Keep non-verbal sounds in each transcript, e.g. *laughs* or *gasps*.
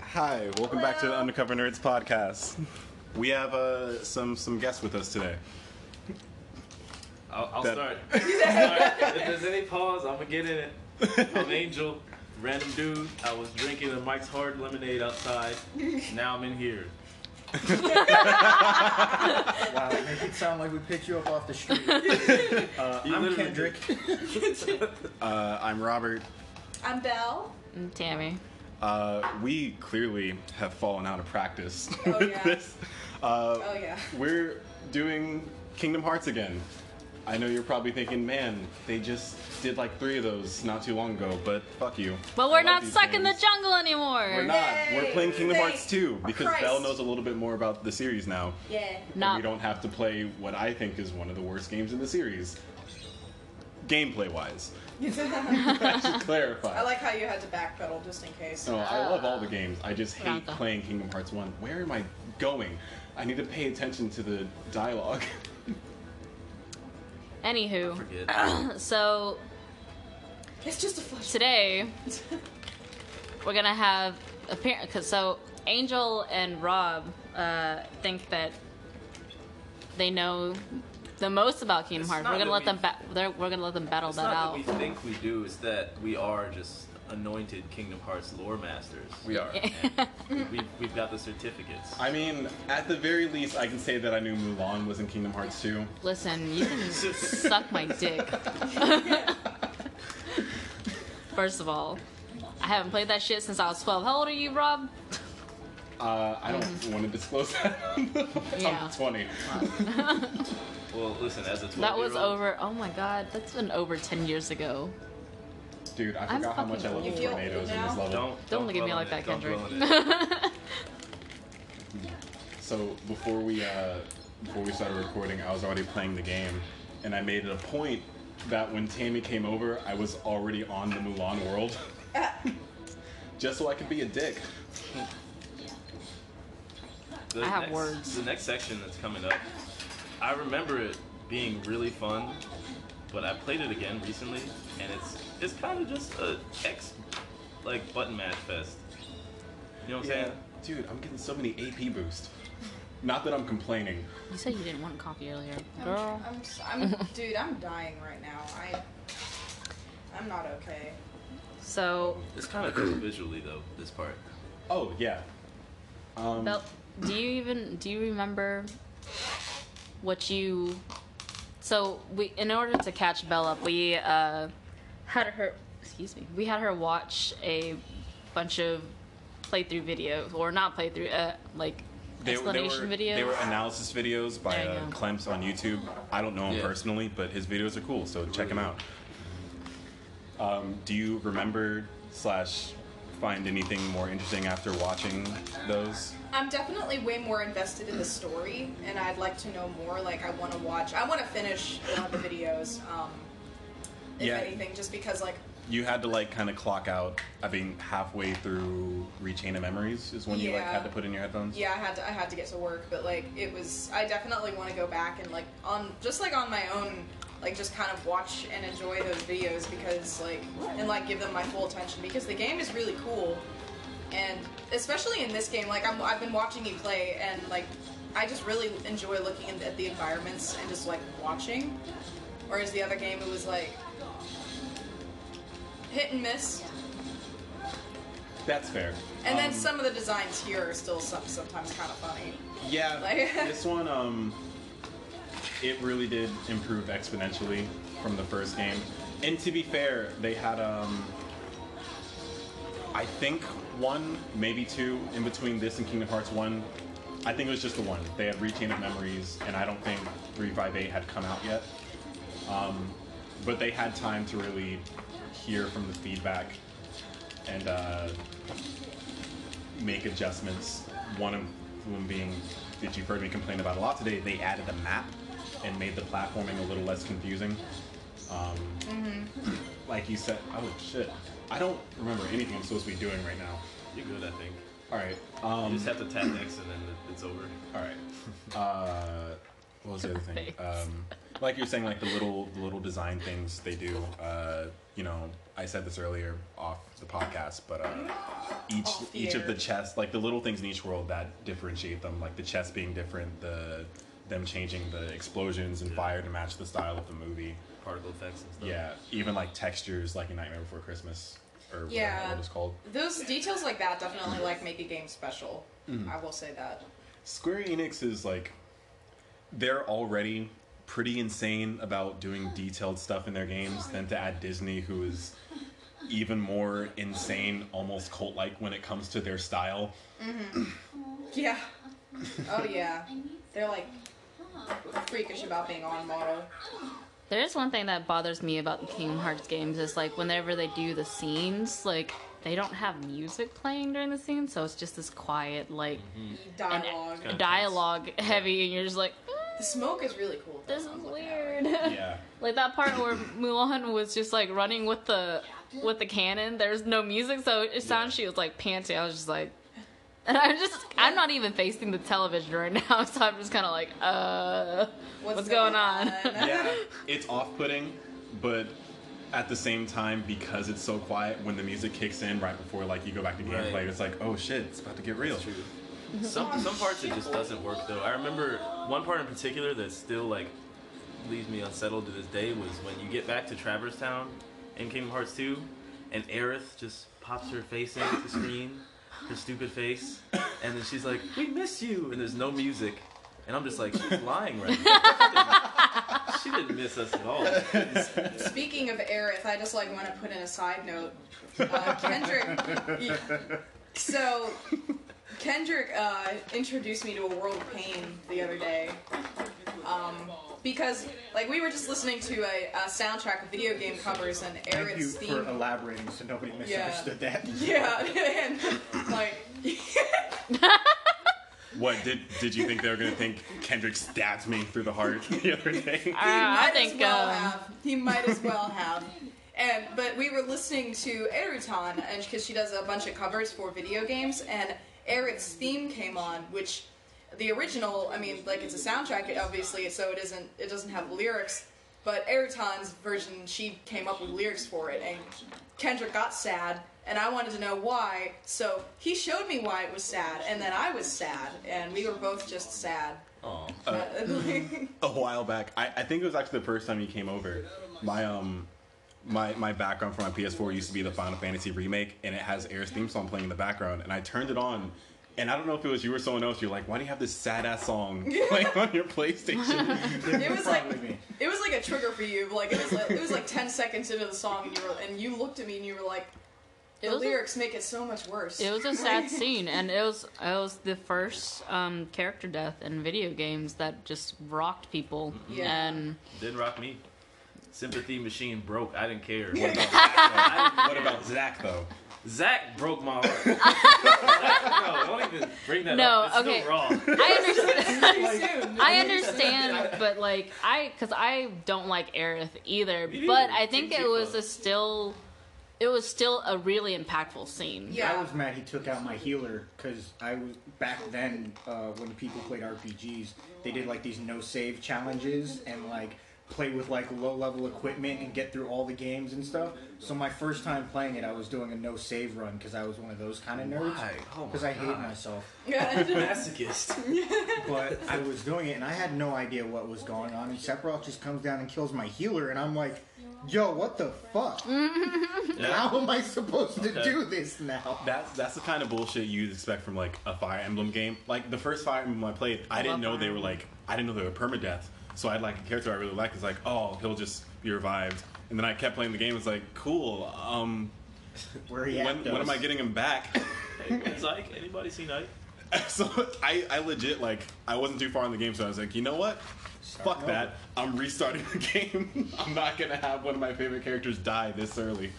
Hi, welcome back to the Undercover Nerds podcast. We have uh, some some guests with us today. I'll, I'll That- *laughs* start. I'll start. If there's any pause, I'm gonna get in it. I'm Angel, random dude. I was drinking a Mike's Hard Lemonade outside. Now I'm in *laughs* here. Wow, make it sound like we picked you up off the street. *laughs* Uh, You I'm literally Kendrick. Uh, I'm Robert. I'm Belle. Mm, Tammy. Uh, we clearly have fallen out of practice *laughs* Oh, with yeah. this. Uh, Oh yeah. We're doing Kingdom Hearts again. I know you're probably thinking, man, they just did like three of those not too long ago, but fuck you. I But we're love not these stuck in the games. jungle anymore. We're not. Yay, We're playing Kingdom thank Hearts 2 because Christ. Belle knows a little bit more about the series now. Yeah. and Not- we don't have to play what I think is one of the worst games in the series. Gameplay wise. *laughs* I should clarify. *laughs* I like Uh, how you had to backpedal just in case. no, I love all the games. I just hate Bianca. playing Kingdom Hearts 1. Where am I going? I need to pay attention to the dialogue. *laughs* Anywho, Forget. so It's just a flash. *laughs* today we're gonna have apparent. Cause so Angel and Rob uh, think that they know the most about Kingdom It's Hearts. not We're gonna that let we- them. Ba- they're- we're gonna let them battle It's that not out. that we think we do. It's that we are just anointed Kingdom Hearts lore masters. we are. we, we've got the certificates. I mean, at the very least, I can say that I knew Mulan was in Kingdom Hearts 2. Listen, you can suck my dick. *laughs* First of all, I haven't played that shit since I was 12. How old are you, Rob? Uh, I don't want to disclose that. *laughs* Mm-hmm. Yeah. I'm 20. well, listen, as a 12 That was over. Oh my god, that's been over 10 years ago. Dude, I I'm forgot how much I fucking love old. You feel old tornadoes in now? this level. Don't, Don't look at dwell me on like it. that, Don't dwell Kendrick. on it. So before we uh, before we started recording, I was already playing the game, and I made it a point that when Tammy came over, I was already on the Mulan world, just so I could be a dick. The I have next- words. The next section that's coming up, I remember it being really fun, but I played it again recently, and it's it's kind of just a X like button match fest. You know what I'm saying? dude, I'm getting so many AP boost. Not that I'm complaining. You said you didn't want coffee earlier. I'm, Girl. I'm, s- I'm, *laughs* dude, I'm dying right now. I, I'm not okay. So, It's kind of cool visually though. This part. Oh yeah. Um, Bel, do you even do you remember what you So, we in order to catch Belle up, we uh had her excuse me. We had her watch a bunch of playthrough videos or not playthrough uh like they, they explanation were videos. they were analysis videos by There you uh, go. Clemps on YouTube. I don't know him Yeah. personally, but his videos are cool, so check him out. Um, do you remember slash find anything more interesting after watching those? I'm definitely way more invested in the story, and I'd like to know more. Like, I want to watch. I want to finish one of the videos. Um, if Yeah. anything, just because like You had to like kind of clock out. I mean, halfway through Rechain of Memories is when you like Yeah. had to put in your headphones. yeah i had to i had to get to work but like it was i definitely want to go back and like on just like on my own like just kind of watch and enjoy those videos because like and like give them my full attention because the game is really cool and especially in this game like I'm, i've been watching you play and like i just really enjoy looking at- at the environments and just like watching whereas the other game it was like hit and miss That's fair. and then Um, some of the designs here are still some, sometimes kind of funny Yeah, Like- this one, um, it really did improve exponentially from the first game. And to be fair, they had, um, I think one, maybe two, in between this and Kingdom Hearts one. I think it was just the one. They had Retain of Memories, and I don't think 358 had come out yet. Um, but they had time to really hear from the feedback and uh, make adjustments. One of them being that you've heard me complain about a lot today. They added a map and made the platforming a little less confusing. Um, Like you said, oh shit, I don't remember anything I'm supposed to be doing right now. You're good, I think. All right, You um, just have to tap X and then it- it's over. all right. Uh, What was the other thing? Perfect. Um, like you're saying, like the little the little design things they do. Uh, you know, I said this earlier off the podcast, but uh, each Off the each of air. the chests, like the little things in each world that differentiate them, like the chests being different, the them changing the explosions and fire to match the style of the movie. particle effects and stuff. Yeah, even like textures, like in Nightmare Before Christmas, or whatever Yeah. it was called. Those details like that definitely like make a game special. I will say that. Square Enix is like they're already pretty insane about doing detailed stuff in their games then to add Disney who is even more insane almost cult like when it comes to their style Yeah. Oh yeah. They're like freakish about being on model. There is one thing that bothers me about the Kingdom Hearts games is like whenever they do the scenes, like they don't have music playing during the scene, so it's just this quiet like Dialogue. Mm-hmm. Kinda dialogue heavy, and you're just like, "Ah, The smoke is really cool. though, this so is I'm looking at it. weird. yeah *laughs* like that part where Mulan was just like running with the with the cannon. There's no music, so it sounds she was like panting. I was just like, and I'm just I'm not even facing the television right now, *laughs* so I'm just kind of like, uh, what's, going on? yeah it's off-putting but at the same time because it's so quiet when the music kicks in right before like you go back to Right. gameplay it's like oh shit it's about to get real That's true. Some some parts it just doesn't work though. I remember one part in particular that still like leaves me unsettled to this day was when you get back to Traverse Town in Kingdom Hearts 2 and Aerith just pops her face into the screen, her stupid face, and then she's like, "We miss you," and there's no music. And I'm just like, she's lying right now. she didn't miss us at all. Speaking of Aerith, I just like want to put in a side note. Uh, Kendrick. y- so, Kendrick uh, introduced me to a world of pain the other day. Um, because, like, we were just listening to a, a soundtrack of video game covers and Thank you Aerith's for theme. elaborating so nobody misunderstood that. *laughs* *laughs* Yeah, and like, *laughs* what did did you think they were gonna think kendrick stabbed me through the *laughs* heart the other day Uh, He I might think as well um, have. He might as well have. And but we were listening to Erutan, and because she does a bunch of covers for video games, and Eric's theme came on, which the original, I mean, like it's a soundtrack, obviously, so it isn't, it doesn't have lyrics. But Erutan's version, she came up with lyrics for it, and Kendrick got sad, and I wanted to know why, so he showed me why it was sad, and then I was sad, and we were both just sad. Uh, Aw. a while back. I, I think it was actually the first time you came over. My um my my background for my PS4 used to be the Final Fantasy remake and it has Air's theme song playing in the background and I turned it on and I don't know if it was you or someone else, you're like, why do you have this sad ass *laughs* song playing on your PlayStation? *laughs* It was like- Probably me. It was like a trigger for you. Like it was like it was like ten seconds into the song, and you were and you looked at me and you were like, It the was a- lyrics make it so much worse. It was a sad scene, and it was it was the first um, character death in video games that just rocked people. Yeah. And Didn't rock me. Sympathy machine broke. I didn't care. what about Zach though? Zach broke my heart. *laughs* Zach, no, don't even bring that No, up. It's okay. still wrong. I understand. *laughs* Soon. *laughs* I understand, but like I, because I don't like Aerith either. Me But neither. I think Team it was Tifa. a still, it was still a really impactful scene. *laughs* Yeah. I was *laughs* mad he took out my healer because I was back then uh, when people played RPGs, they did like these no save challenges and like play with like low level equipment and get through all the games and stuff. So my first time playing it, I was doing a no save run because I was one of those kind of nerds Why? Oh my because I hate God. myself. *laughs* *laughs* Masochist. But I was doing it and I had no idea what was going on. And Sephiroth just comes down and kills my healer, and I'm like, "Yo, what the fuck? How am I supposed to Okay. do this now?" That's that's the kind of bullshit you'd expect from like a Fire Emblem game. Like the first Fire Emblem I played, I, didn't love know Fire they were Emblem. like I didn't know they were permadeath. So I had like a character I really liked. It's like, oh, he'll just be revived. And then I kept playing the game. It's like, cool. Um, Where he at, when, when though? am I getting him back? *laughs* Hey, Ike, anybody seen Ike? so I, I legit like I wasn't too far in the game, so I was like, you know what? Starting Fuck that. I'm restarting the *laughs* game. I'm not gonna have one of my favorite characters die this early.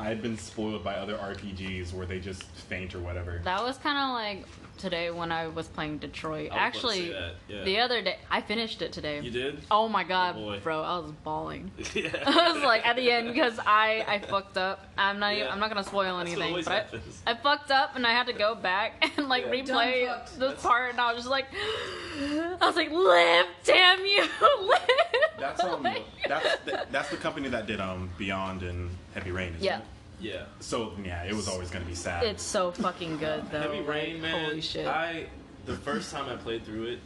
I had been spoiled by other RPGs where they just faint or whatever. That was kind of like today when I was playing I Detroit. was about to Actually, say that, yeah. the other day I finished it today. You did? Oh my god, Oh boy. bro! I was *laughs* bawling. *laughs* yeah. I was like at the end because I I fucked up. I'm not even, Yeah. I'm not gonna That's spoil what anything, always but I, happens. I fucked up and I had to go back *laughs* and like Yeah. replay Done fucked. this part, and *gasps* I was just like, I was like, live, damn you, *laughs* live. That's um, *laughs* Like- that's the, that's the company that did um Beyond and Heavy Rain. Isn't yeah. It? Yeah. So yeah, it was always gonna be sad. It's so fucking good though. Heavy like, Rain, man. Holy shit. I the first time I played through it,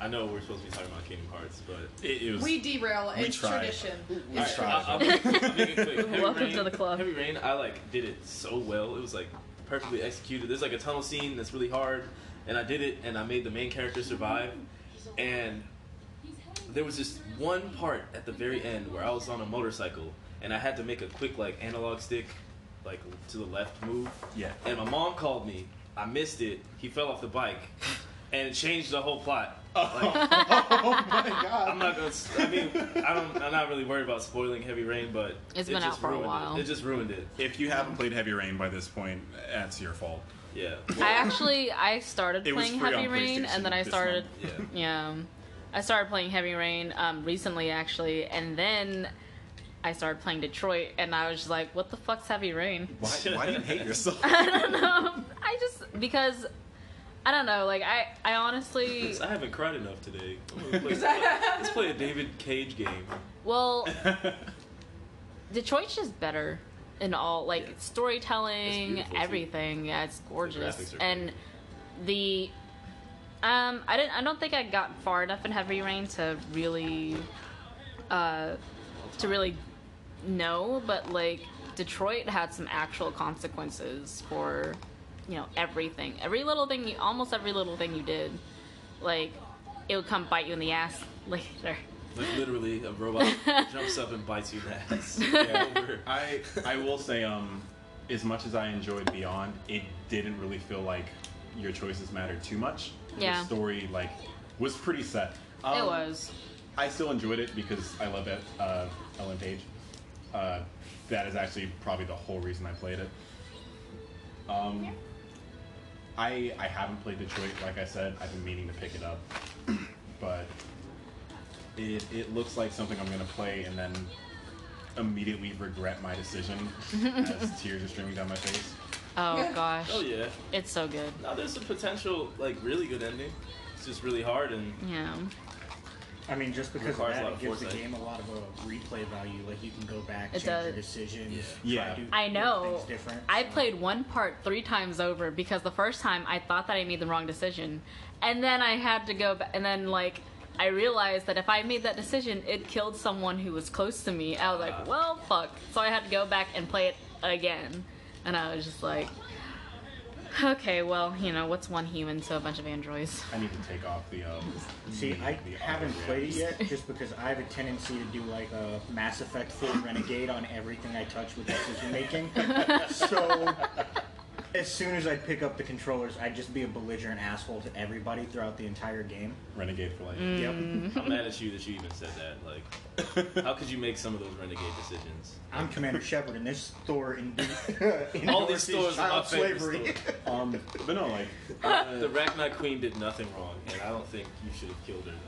I know we're supposed to be talking about Kingdom Hearts, but it, it was. We derail. We It's tried. tradition. We Alright, tried. I'll- I'll make it- I'll make it *laughs* quick. Heavy Welcome Rain- to the club. Heavy Rain, I like did it so well. It was like perfectly executed. There's like a tunnel scene that's really hard, and I did it, and I made the main character survive. And there was this one part at the very end where I was on a motorcycle, and I had to make a quick like analog stick, like to the left move, yeah. and my mom called me. I missed it. He fell off the bike, and it changed the whole plot. Like, oh my I'm god. not gonna. s- I mean, I don't. I'm not really worried about spoiling Heavy Rain, but It's it been just out for a ruined it. while. It. just ruined it. If you haven't played Heavy Rain by this point, that's your fault. *laughs* Yeah. I actually I started It was playing free Heavy on Rain PlayStation and then I this started month. Yeah. yeah. I started playing Heavy Rain um, recently actually and then I started playing Detroit and I was just like what the fuck's Heavy Rain? *laughs* Why, why do you hate yourself? I don't know. I just because I don't know like I I honestly I haven't cried enough today. I'm gonna play- Let's play a David Cage game. *laughs* well yeah, Detroit's just better in all like Yeah. It's storytelling, beautiful, too. everything. Yeah, it's gorgeous. graphics are and the um I didn't I don't think I got far enough in Heavy Rain to really uh to really know, but like Detroit had some actual consequences for you know everything. Every little thing you almost every little thing you did like it would come bite you in the ass *laughs* later. Like literally, a *laughs* robot jumps up and bites you in the ass. Over. I I will say um, as much as I enjoyed Beyond, it didn't really feel like your choices mattered too much. Yeah. The story like was pretty set. it Um, was. I still enjoyed it because I love it, uh, Ellen Page. Uh, that is actually probably the whole reason I played it. Um, I I haven't played Detroit, like I said. I've been meaning to pick it up, *clears throat* but it it looks like something I'm gonna play and then immediately regret my decision as tears are streaming down my face. Oh Yeah. gosh. Oh yeah. It's so good. Now there's a potential like really good ending. It's just really hard and Yeah. I mean, just because of Requires a that, lot it of gives the foresight. game a lot of a replay value. Like you can go back, It change your does. decisions. Yeah. Yeah. try to I do know. Things different. I so. played one part three times over because the first time I thought that I made the wrong decision. And then I had to go back, and then, like, I realized that if I made that decision, it killed someone who was close to me. I was Uh. like, well, fuck. So I had to go back and play it again. And I was just like, okay, well, you know, what's one human to a bunch of androids? I need to take off the um. See, the- I the auto haven't played it reacts. yet, just because I have a tendency to do like a Mass Effect full renegade on everything I touch with *laughs* decision making. so, as soon as I pick up the controllers, I'd just be a belligerent asshole to everybody throughout the entire game. Renegade for life. Mm. Mm. Yep. I'm mad at you that you even said that. Like, how could you make some of those renegade decisions? I'm Commander Shepard, and this store in, *laughs* in All these stores are child my favorite slavery. store. Um, but no, like The Rachni Queen did nothing wrong, and I don't think you should have killed her. Then.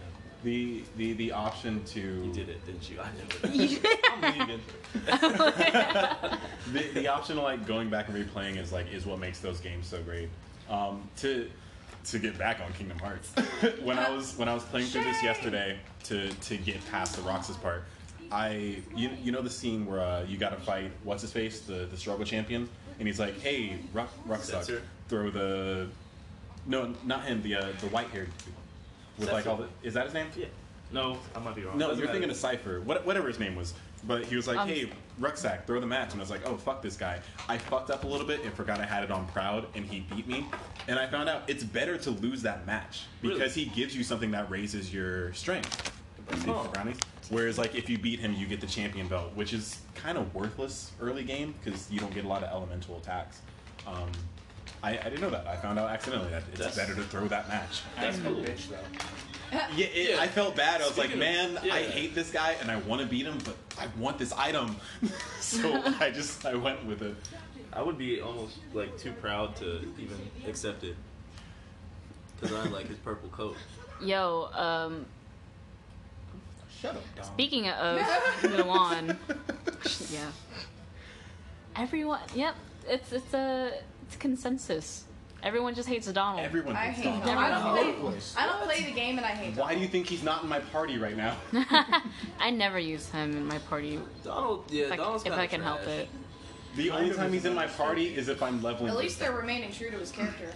the the the option to You did it, didn't you? *laughs* I *laughs* knew it. I'm leaving. the, the option of like going back and replaying is like is what makes those games so great. Um, to to get back on Kingdom Hearts, *laughs* when I was when I was playing through this yesterday to to get past the Roxas part, I you, you know the scene where uh, you got to fight what's his face the the struggle champion and he's like hey Ro- Roxas Setzer? throw the no not him the uh, the white haired with like Setzer. all the is that his name Yeah. No, I might be wrong. No, Doesn't you're matter. thinking of Cypher, what, whatever his name was. But he was like, Um, hey, rucksack, throw the match. And I was like, oh, fuck this guy. I fucked up a little bit and forgot I had it on Proud, and he beat me. And I found out it's better to lose that match Really? because he gives you something that raises your strength. See, Huh. brownies. Whereas, like, if you beat him, you get the champion belt, which is kind of worthless early game because you don't get a lot of elemental attacks. Um, I, I didn't know that. I found out accidentally that it's That's- better to throw that match. That's I'm cool. a bitch, though. Yeah, it, Yeah. I felt bad. I was Speaking like, of- man, I yeah. hate this guy and I want to beat him, but I want this item. *laughs* so *laughs* I just I went with it. I would be almost like too proud to even accept it, because I like his purple coat. Yo, um, Shut up, Dom. Speaking *laughs* of Mulan, yeah. Everyone, yep. It's it's a it's consensus. Everyone just hates Donald. Everyone I hates hate Donald. Donald. I All over the don't play. place. I don't play the game, and I hate. Why do you think he's not in my party right *laughs* now? I never use him in my party Donald, yeah, if I, Donald's if kinda I can help trash. it. The only time he's in my party is if I'm leveling. Donald. At with least him. they're remaining true to his character.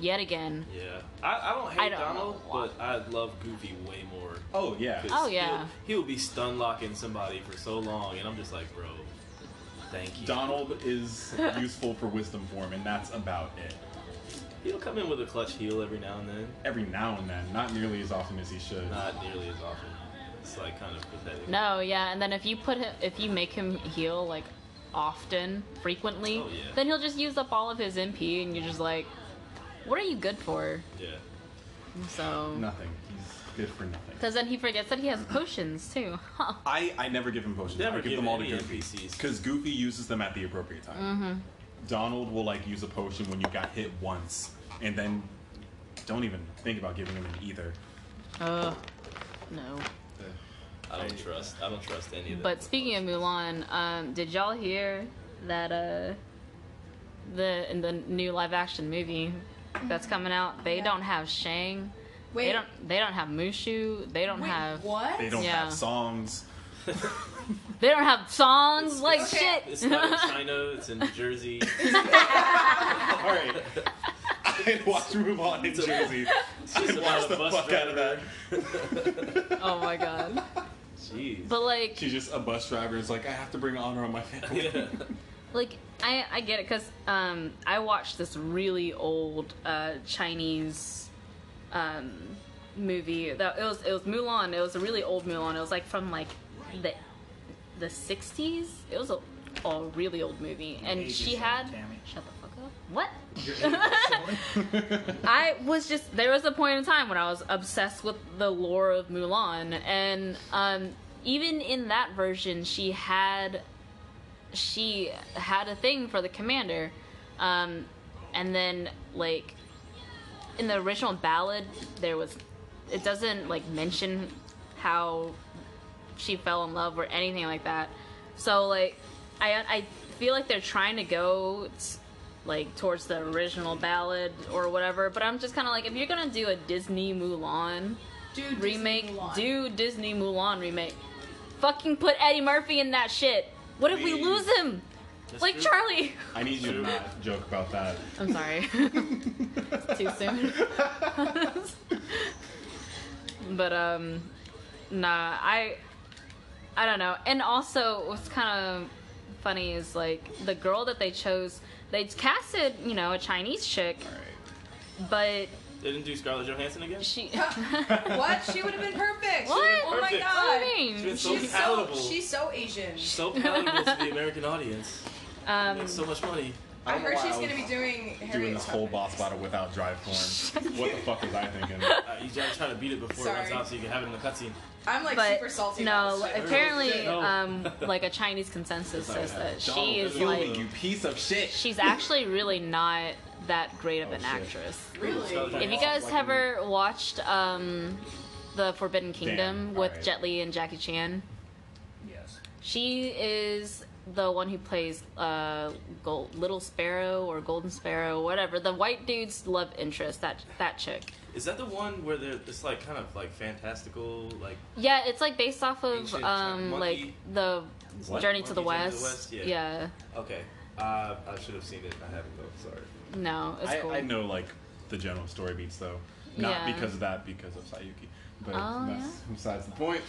Yet again. Yeah, I, I don't hate I don't Donald, know why. but I love Goofy way more. Oh yeah. 'Cause Oh, yeah. he'll, he'll be stun locking somebody for so long, and I'm just like, bro, thank you. Donald is useful for wisdom form, and that's about it. he'll come in with a clutch heal every now and then, Every now and then, not nearly as often as he should. not nearly as often. It's like kind of pathetic. No, yeah, and then if you put him, if you make him heal like often, frequently, Oh, yeah. then he'll just use up all of his MP, and you're just like, what are you good for? Yeah, So, Nothing. He's good for nothing. because then he forgets that he has potions too. *laughs* Huh. I, I never give him potions. Never I give give them all to any Goofy. NPCs. Because Goofy uses them at the appropriate time. Mm-hmm. Donald will like use a potion when you got hit once, and then don't even think about giving him an either. Ugh. No. I don't trust. I don't trust any of that. But speaking of Mulan, um, did y'all hear that uh, the in the new live action movie that's coming out, they Yeah. don't have Shang, Wait, they don't they don't have Mushu, they don't wait, have what? They don't Yeah. have songs. they don't have It's- songs like it's- shit. it's not in China. It's in New *laughs* Jersey. All *laughs* right. I'd watch Mulan in Jersey. just I'd watch about a the bus fuck out of that. driver. oh my god. Jeez. But like, She's just a bus driver. It's like I have to bring honor on my family. *laughs* yeah. like I I get it because um I watched this really old uh Chinese um movie that it was it was Mulan. It was a really old Mulan. It was like from like the the sixties. It was a, a really old movie, and Ages she old, had Tammy. *laughs* shut the fuck up. What? You're eight. *laughs* I was just there was a point in time when I was obsessed with the lore of Mulan, and um, even in that version, she had she had a thing for the commander, um, and then like in the original ballad, there was it doesn't like mention how she fell in love or anything like that. So like I I feel like they're trying to go t- like towards the original ballad or whatever, but I'm just kind of like if you're going to do a Disney Mulan Dude, Disney remake, Mulan. do Disney Mulan remake. Fucking put Eddie Murphy in that shit. What if we Please. lose him? That's like true. Charlie. I need you to not joke about that. I'm *laughs* sorry. Too soon. *laughs* but um nah, I I don't know. And also what's kind of funny is like the girl that they chose, they casted, you know, a Chinese chick, All right. but They didn't do Scarlett Johansson again. she *laughs* *laughs* What? She would have been perfect. What? Oh my Perfect. What do god. She you mean? was so She's so palatable. she's so Asian. so palatable *laughs* to the American audience. Um Makes so much money. I don't know heard why she's I was gonna be doing Harriet doing the whole Tubman. boss battle without drive *laughs* form. what the fuck was I thinking? Uh, you gotta try to beat it before it runs Sorry. out, so you can have it in the cutscene. I'm like but super salty. about no, this shit. apparently, *laughs* No. um, like a Chinese consensus That's not says what that Donald, she is kill me, like you piece of shit. she's actually really not that great of Oh, an shit. actress. really. If you Like, guys like ever watched um, the Forbidden Kingdom Damn, with alright. Jet Li and Jackie Chan, yes. she is the one who plays uh, Gold, Little Sparrow or Golden Sparrow, whatever the white dude's love interest. That that chick. Is that the one where they're it's like kind of like fantastical, like Yeah, it's like based off of Ancient um, like monkey- the What? Journey to the Monkey West. Journey to the West, yeah. yeah. okay. Uh, I should have seen it. I haven't though. Sorry. no, it's I, cool. I know like the general story beats though, not Yeah. because of that, because of Sayuki. But Oh, that's besides the point.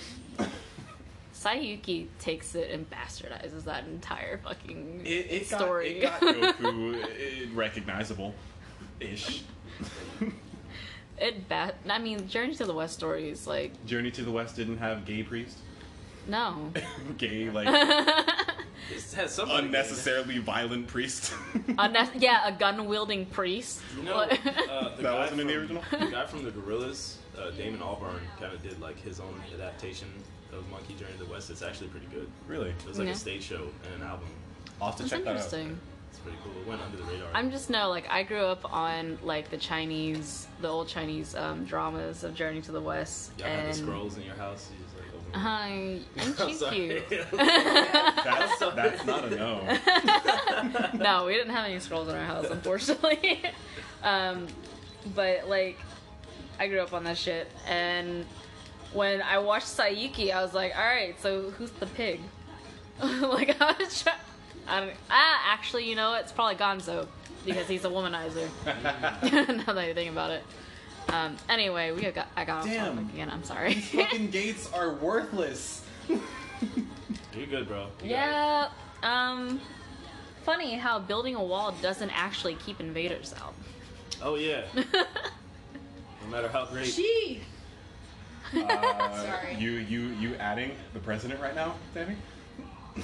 Sayuki takes it and bastardizes that entire fucking It, it got- story. it got *laughs* Goku eh, recognizable, ish. It bat. I mean, Journey to the West story is like Journey to the West didn't have gay priest, no. gay *laughs* like It has something unnecessarily violent priest. *laughs* Unless, yeah, a gun wielding priest. You know, What? uh, That the guy wasn't in the from- original? The guy from the Gorillas, uh, Damon Albarn, kind of did like his own adaptation of Monkey Journey to the West. It's actually pretty good. really, It was like Yeah. a stage show and an album. I'll have to That's check that out. interesting. It's pretty cool. It went under the radar. I'm just no like I grew up on like the Chinese, the old Chinese um, dramas of Journey to the West. Y'all and got the scrolls in your house. You just like open them. Hi, *laughs* and I'm Uh-huh. she's sorry. That's, sorry. that's not a *laughs* no. cute. no, we didn't have any scrolls in *laughs* our house, unfortunately. *laughs* um, but like, I grew up on that shit, and when I watched Sayuki, I was like, all right, so who's the pig? *laughs* like I was trying. I don't, ah, actually, you know, what? it's probably Gonzo because he's *laughs* a womanizer. *laughs* now that I think about it. Um, anyway, we got I got Damn. off topic again. I'm sorry. *laughs* Fucking gates are worthless. *laughs* You're good, bro. You got it. yeah. Um. Funny how building a wall doesn't actually keep invaders out. Oh *laughs* yeah. No matter how great. She. Uh, Sorry. You you you adding the president right now, Sammy?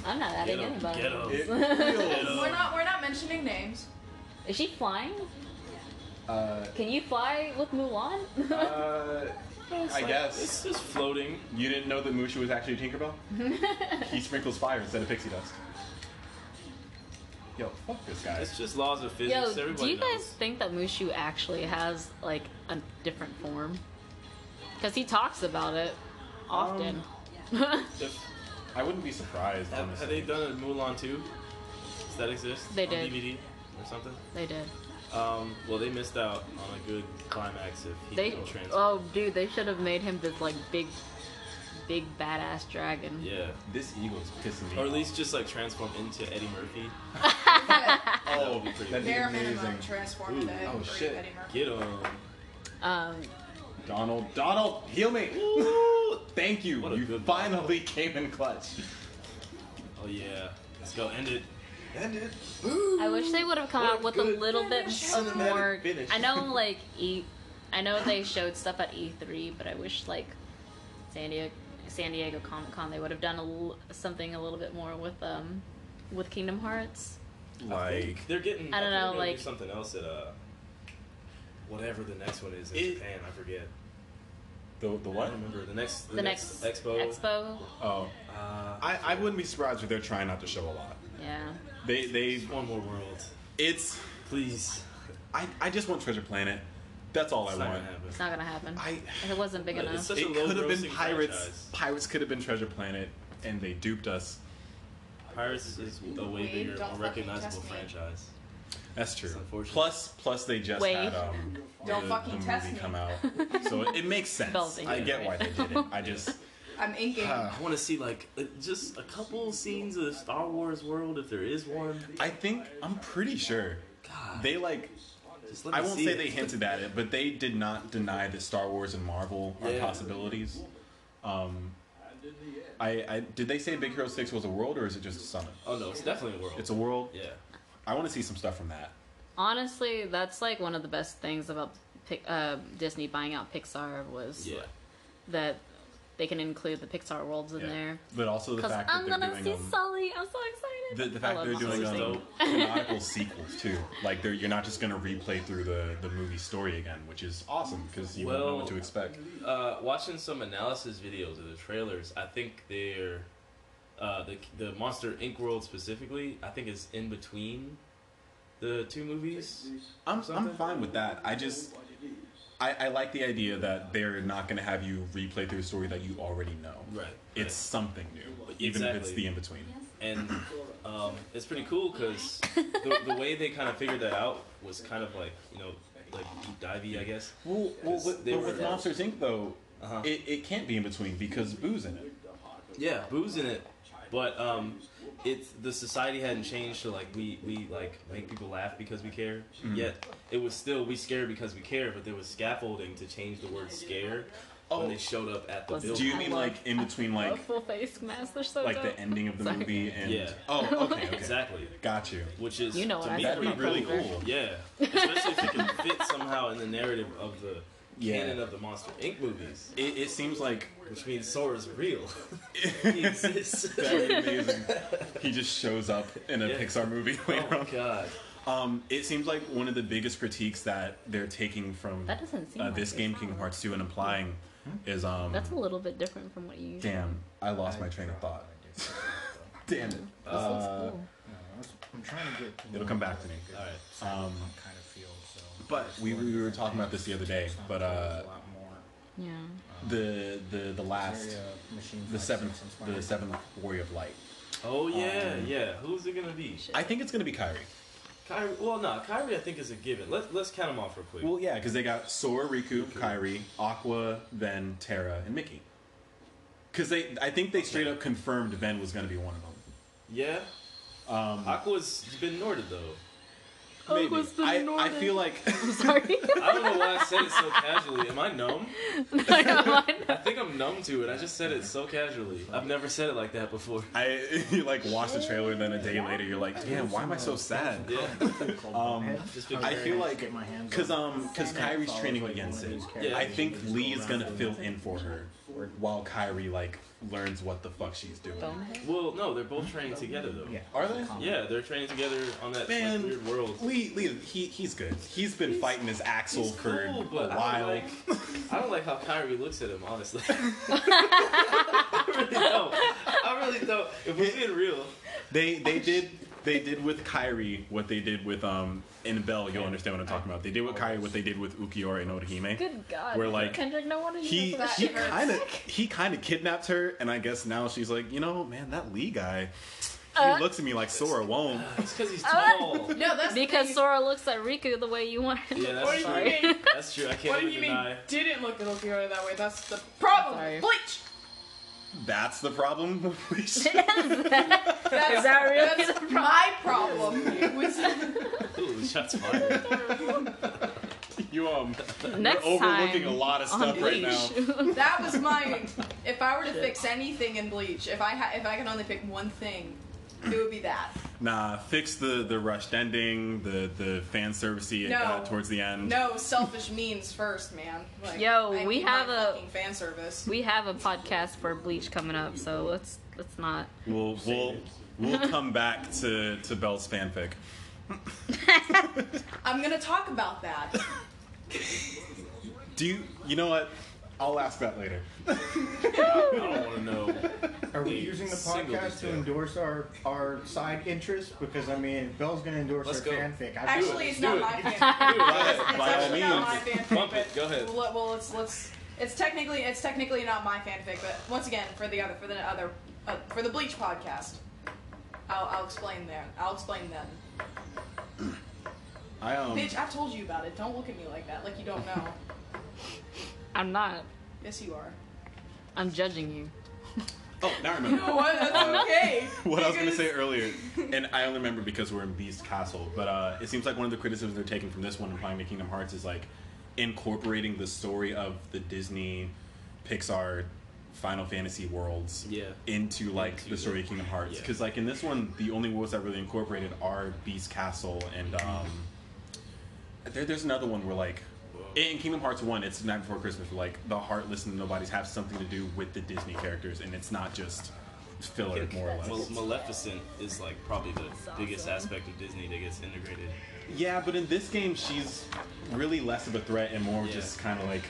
I'm not Get adding 'em, anybody. get 'em. *laughs* It feels. We're not. We're not mentioning names. Is she flying? Uh, Can you fly with Mulan? *laughs* uh, It's I like- It's guess just floating. you didn't know that Mushu was actually Tinkerbell. he sprinkles fire instead of pixie dust. Yo, fuck this guy. It's just laws of physics. Yo, Everybody do you knows. guys think that Mushu actually has like a different form? Because he talks about it often. If, I wouldn't be surprised. have, have Honestly. they done a Mulan 2? Does that exist? They on did. DVD or something? they did. Um, well, they missed out on a good climax if he They didn't transfer. oh dude, they should have made him this like big, big badass dragon. Yeah. This eagle's pissing me. Or at off. least just like transform into Eddie Murphy. oh, That would be pretty that'd be Bare amazing. minimum transform into Ooh, oh, Eddie shit. Eddie Murphy. Get him. Um, Donald, Donald, heal me. Ooh. *laughs* Thank you. What a You good- finally came in clutch. Oh yeah. Let's go end it. End it. I wish they would have come What a out with a good little bit finish. Cinematic more. finish. I know like e, I know they showed stuff at E3, but I wish like San Diego San Diego Comic Con they would have done a l- something a little bit more with um with Kingdom Hearts. Like They're getting. I think they're don't know, gonna like- do something else at uh, whatever the next one is in It- Japan. I forget. the the I what? don't remember the next the, The, next, expo. Expo. Oh, Uh, I, I wouldn't be surprised if they're trying not to show a lot. Yeah. They they just one more world, it's please. I I just want Treasure Planet. That's all I It's not want. gonna happen. It's not gonna happen. I if it wasn't big Look, enough. it's such a it low could have been grossing pirates. franchise. Pirates could have been Treasure Planet, and they duped us. Pirates is a way Wait, bigger, don't more fucking recognizable test me. franchise. That's true. It's unfortunate. Plus plus they just Wait. had um Don't the, fucking the movie test me. come out, *laughs* so it, it makes sense. Velvet. I get why they did it. *laughs* I just I'm inking. uh, I want to see like uh, just a couple scenes of the Star Wars world if there is one. I think I'm pretty sure God, they like just let I me won't see say it. they hinted at it, but they did not deny that Star Wars and Marvel are Yeah. possibilities. Um, I, I did they say Big Hero Six was a world or is it just a summit? Oh no, it's definitely a world. It's a world. yeah. I want to see some stuff from that. Honestly, that's like one of the best things about Pic- uh, Disney buying out Pixar was Yeah. that they can include the Pixar worlds in Yeah. there. But also the Because fact I'm that gonna they're see doing um, Sully. I'm so excited. the, the I fact love that they're doing Sully. um, canonical sequels too. Like they're, you're not just gonna replay through the the movie story again, which is awesome because you won't know Well- what to expect. Uh, watching some analysis videos of the trailers, I think they're uh, the the Monster Inc. world specifically. I think is in between the two movies. I'm I'm Something? fine with that. I just I, I like the idea that they're not gonna have you replay through a story that you already know. Right. It's something new, even if it's Exactly. the in between. and um, it's pretty cool because the, the way they kind of figured that out was kind of like you know like deep divey, I guess. Well, well Because with, they but were- with Monsters Inc. though, Uh-huh. it, it can't be in between because booze in it. Yeah, booze in it, but um, it's the society hadn't changed to like we we like make people laugh because we care. Mm-hmm. Yet it was still we scare because we care, but there was scaffolding to change the word scare Oh. when they showed up at the Was- building. Do you I mean love- like in between A like full face mask. They're so like dope. the ending of the Sorry. movie and *laughs* Yeah. oh okay, okay. Exactly, got you. which is You know what to I me said That'd be about really Clover. cool. Yeah, especially if it can fit somehow in the narrative of the Yeah. canon of the Monster Inc. movies, It, it seems like which means Sora's *laughs* real. *laughs* he exists. that would be amazing. he just shows up in a Yeah. Pixar movie *laughs* oh later my on. god! Um, it seems like one of the biggest critiques that they're taking from That doesn't seem uh, like this it. game, Kingdom Hearts 2, and implying is um. That's a little bit different from what you. *laughs* damn, I lost my train of thought. Damn it. Uh, This looks cool. No, that's- Uh, I'm trying to get. It'll come back to me. Good All right. Cyberpunk Um, kind of feel. So. but we- we were talking about this the other day, It's not but, uh, a lot more. Yeah. The the the last Very, uh, machine the fight seventh seems the inspiring. seventh warrior of light. Oh yeah, Um, yeah. Who's it gonna be? I think it's gonna be Kyrie. Kyrie. Well, no, Kyrie. I think is a given. Let's let's count them off real quick. Well, yeah, because they got Sora, Riku, Kyrie, Aqua, Ven, Terra, and Mickey. Because they, I think they straight up confirmed Ven was going to be one of them. yeah. Um, Aqua's been Norted though. maybe. Aqua's Oh, the I, I Nordic. feel like *laughs* I'm *laughs* sorry. I don't know why I said it so casually. Am I numb? I know, I know. *laughs* I think I'm numb to it. I just said it so casually. I've never said it like that before. *laughs* I *laughs* you like watch the trailer, and then a day later you're like, damn, why am I so sad? Yeah. Um, Just been I feel like Get my hands because on it. um because Kyrie's training with Jensen. Yeah. I think Lee is gonna fill in for her while Kyrie like learns what the fuck she's doing. Bonehead? Well, no, they're both training together though. Yeah. Are they? Yeah, they're training together on that like, Man. weird world. Lee, Lee, he, he's good. He's been fighting his Axel He's for cool, a but I while. don't like. I don't like how Kyrie looks at him. *laughs* Honestly, *laughs* I really don't. I really don't. If we're being real, They they did they did with Kyrie what they did with um in Bell. You'll understand what I'm talking about. They did with Kyrie what they did with Ukiyo and Odahime. Good God. We're like, Kendrick, no wonder He you that. he kind of he kind of kidnapped her, and I guess now she's like, you know, man, that Lee guy. He Uh. looks at me like Sora won't. it's because Uh, he's Ah. tall. No, that's the Because thing. Sora looks at Riku the way you want her to Yeah, look. What that's do true. you mean? That's true. I can't What do even you deny. mean? Didn't look at Okiro that way. That's the problem. Sorry. Bleach. That's the problem. *laughs* That's, Is that really that's the my problem. *laughs* It was- *laughs* Ooh, shots fired. *laughs* you um, *laughs* Next you're overlooking time a lot of stuff on right now. Bleach. that was my. If I were to fix anything in Bleach, if I ha- if I could only pick one thing, it would be that. Nah, fix the the rushed ending, the the fan servicey it No. got towards the end. No selfish means first, man. Like, Yo, I we need my have a- fucking fan service. We have a podcast for Bleach coming up, so let's let's not. We'll we'll we'll come back to to Bell's fanfic. I'm gonna talk about that. Do you you know what? I'll ask that later. I don't want to *laughs* know. Are we Hey, using the single podcast to detail. endorse our, our side interest? Because I mean, if Bell's gonna endorse Let's our go. fanfic. I feel Actually, it, it's do not it. my fan. By, by all actually not my means, fanfic, Bump it, but- go ahead. Well, well, let's let's. It's technically it's technically not my fanfic, but once again for the other for the other uh, for the Bleach podcast, I'll, I'll explain there. I'll explain then. I um Bitch, I told you about it. Don't look at me like that, like you don't know. I'm not. yes, you are. I'm judging you. oh now I remember. *laughs* What? That's okay. *laughs* What I was gonna say earlier, and I only remember because we're in Beast Castle, but uh, it seems like one of the criticisms they're taking from this one applying to Kingdom Hearts is like incorporating the story of the Disney, Pixar, Final Fantasy worlds Yeah. into like Into the story of Kingdom Hearts. yeah. Because like in this one, the only worlds that really incorporated are Beast Castle and um, there, there's another one where like. In Kingdom Hearts One, it's Night Before Christmas. where, Like the Heartless and the Nobodies have something to do with the Disney characters, and it's not just filler, more or less. Well, Maleficent is like probably the That's biggest awesome. aspect of Disney that gets integrated. Yeah, but in this game, she's really less of a threat and more Yeah. just kind of like.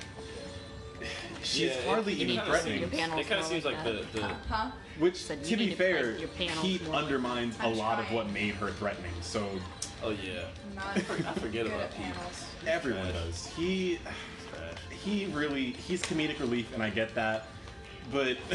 *sighs* She's Yeah, it- hardly it even kinda threatening. seems- Panels It kind more of seems like like the, that. the Huh? Which, Said to you be need to press fair, your panels Keith more. undermines a I'm lot of trying. what made her threatening. So oh yeah, *laughs* Not I forget good about at Pete. panels. everyone Right. does. He, Trash. he really, he's comedic relief, and I get that. But *laughs*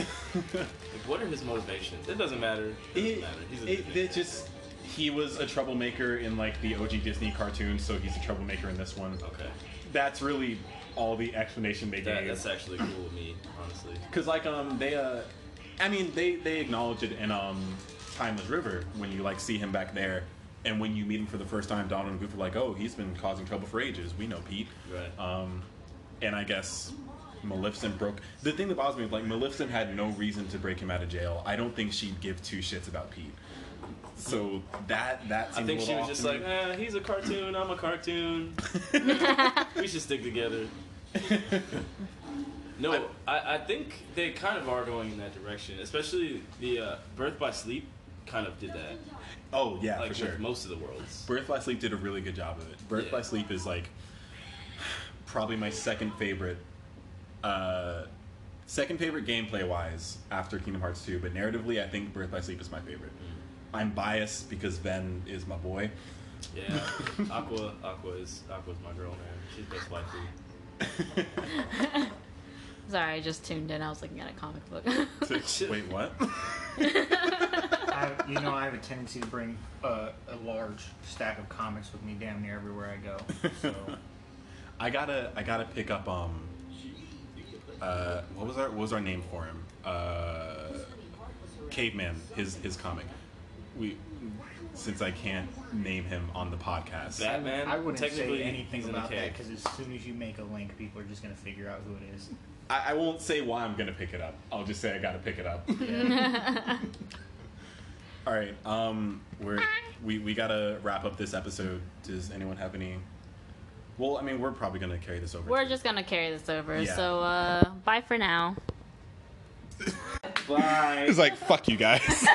Like, what are his motivations? It doesn't matter. It doesn't it, matter. He's a it, it just, he was a troublemaker in like the OG Disney cartoons, so he's a troublemaker in this one. okay. That's really all the explanation they That, gave. that's actually cool with me, honestly. Cause like um they uh, I mean they they acknowledge it in um Timeless River when you like see him back there, and when you meet him for the first time, Donald and Goofy are like, oh he's been causing trouble for ages. We know Pete. Right. Um, and I guess Maleficent broke. The thing that bothers me is like Maleficent had no reason to break him out of jail. I don't think she'd give two shits about Pete. So that that I seems think a she little off was just to like, me. eh, he's a cartoon, I'm a cartoon. we should stick together. no, I, I think they kind of are going in that direction, especially the uh, Birth by Sleep kind of did that. oh yeah like for sure. with most of the worlds. Birth by Sleep did a really good job of it. Birth Yeah. by Sleep is like probably my second favorite, uh, Mm. second favorite gameplay wise after Kingdom Hearts 2, but narratively, I think Birth by Sleep is my favorite. I'm biased because Ven is my *laughs* boy. Yeah, Aqua, Aqua is Aqua's my girl, man. She's best waifu. Sorry, I just tuned in. I was looking at a comic book. *laughs* Wait, what? I, you know, I have a tendency to bring uh, a large stack of comics with me damn near everywhere I *laughs* go. So I gotta I gotta pick up um uh what was our what was our name for him? Uh Caveman, his his comic. We since I can't name him on the podcast. That- Batman, I wouldn't technically, say anything he's in about the that cave. because as soon as you make a link, people are just gonna figure out who it is. I, I won't say why I'm gonna pick it up. I'll just say I gotta pick it *laughs* up. Alright, um we're we, we gotta wrap up this episode. Does anyone have any well, I mean, we're probably gonna carry this over. We're to- just gonna carry this over. Yeah. So uh, bye for now. Bye. It's *laughs* like fuck you guys.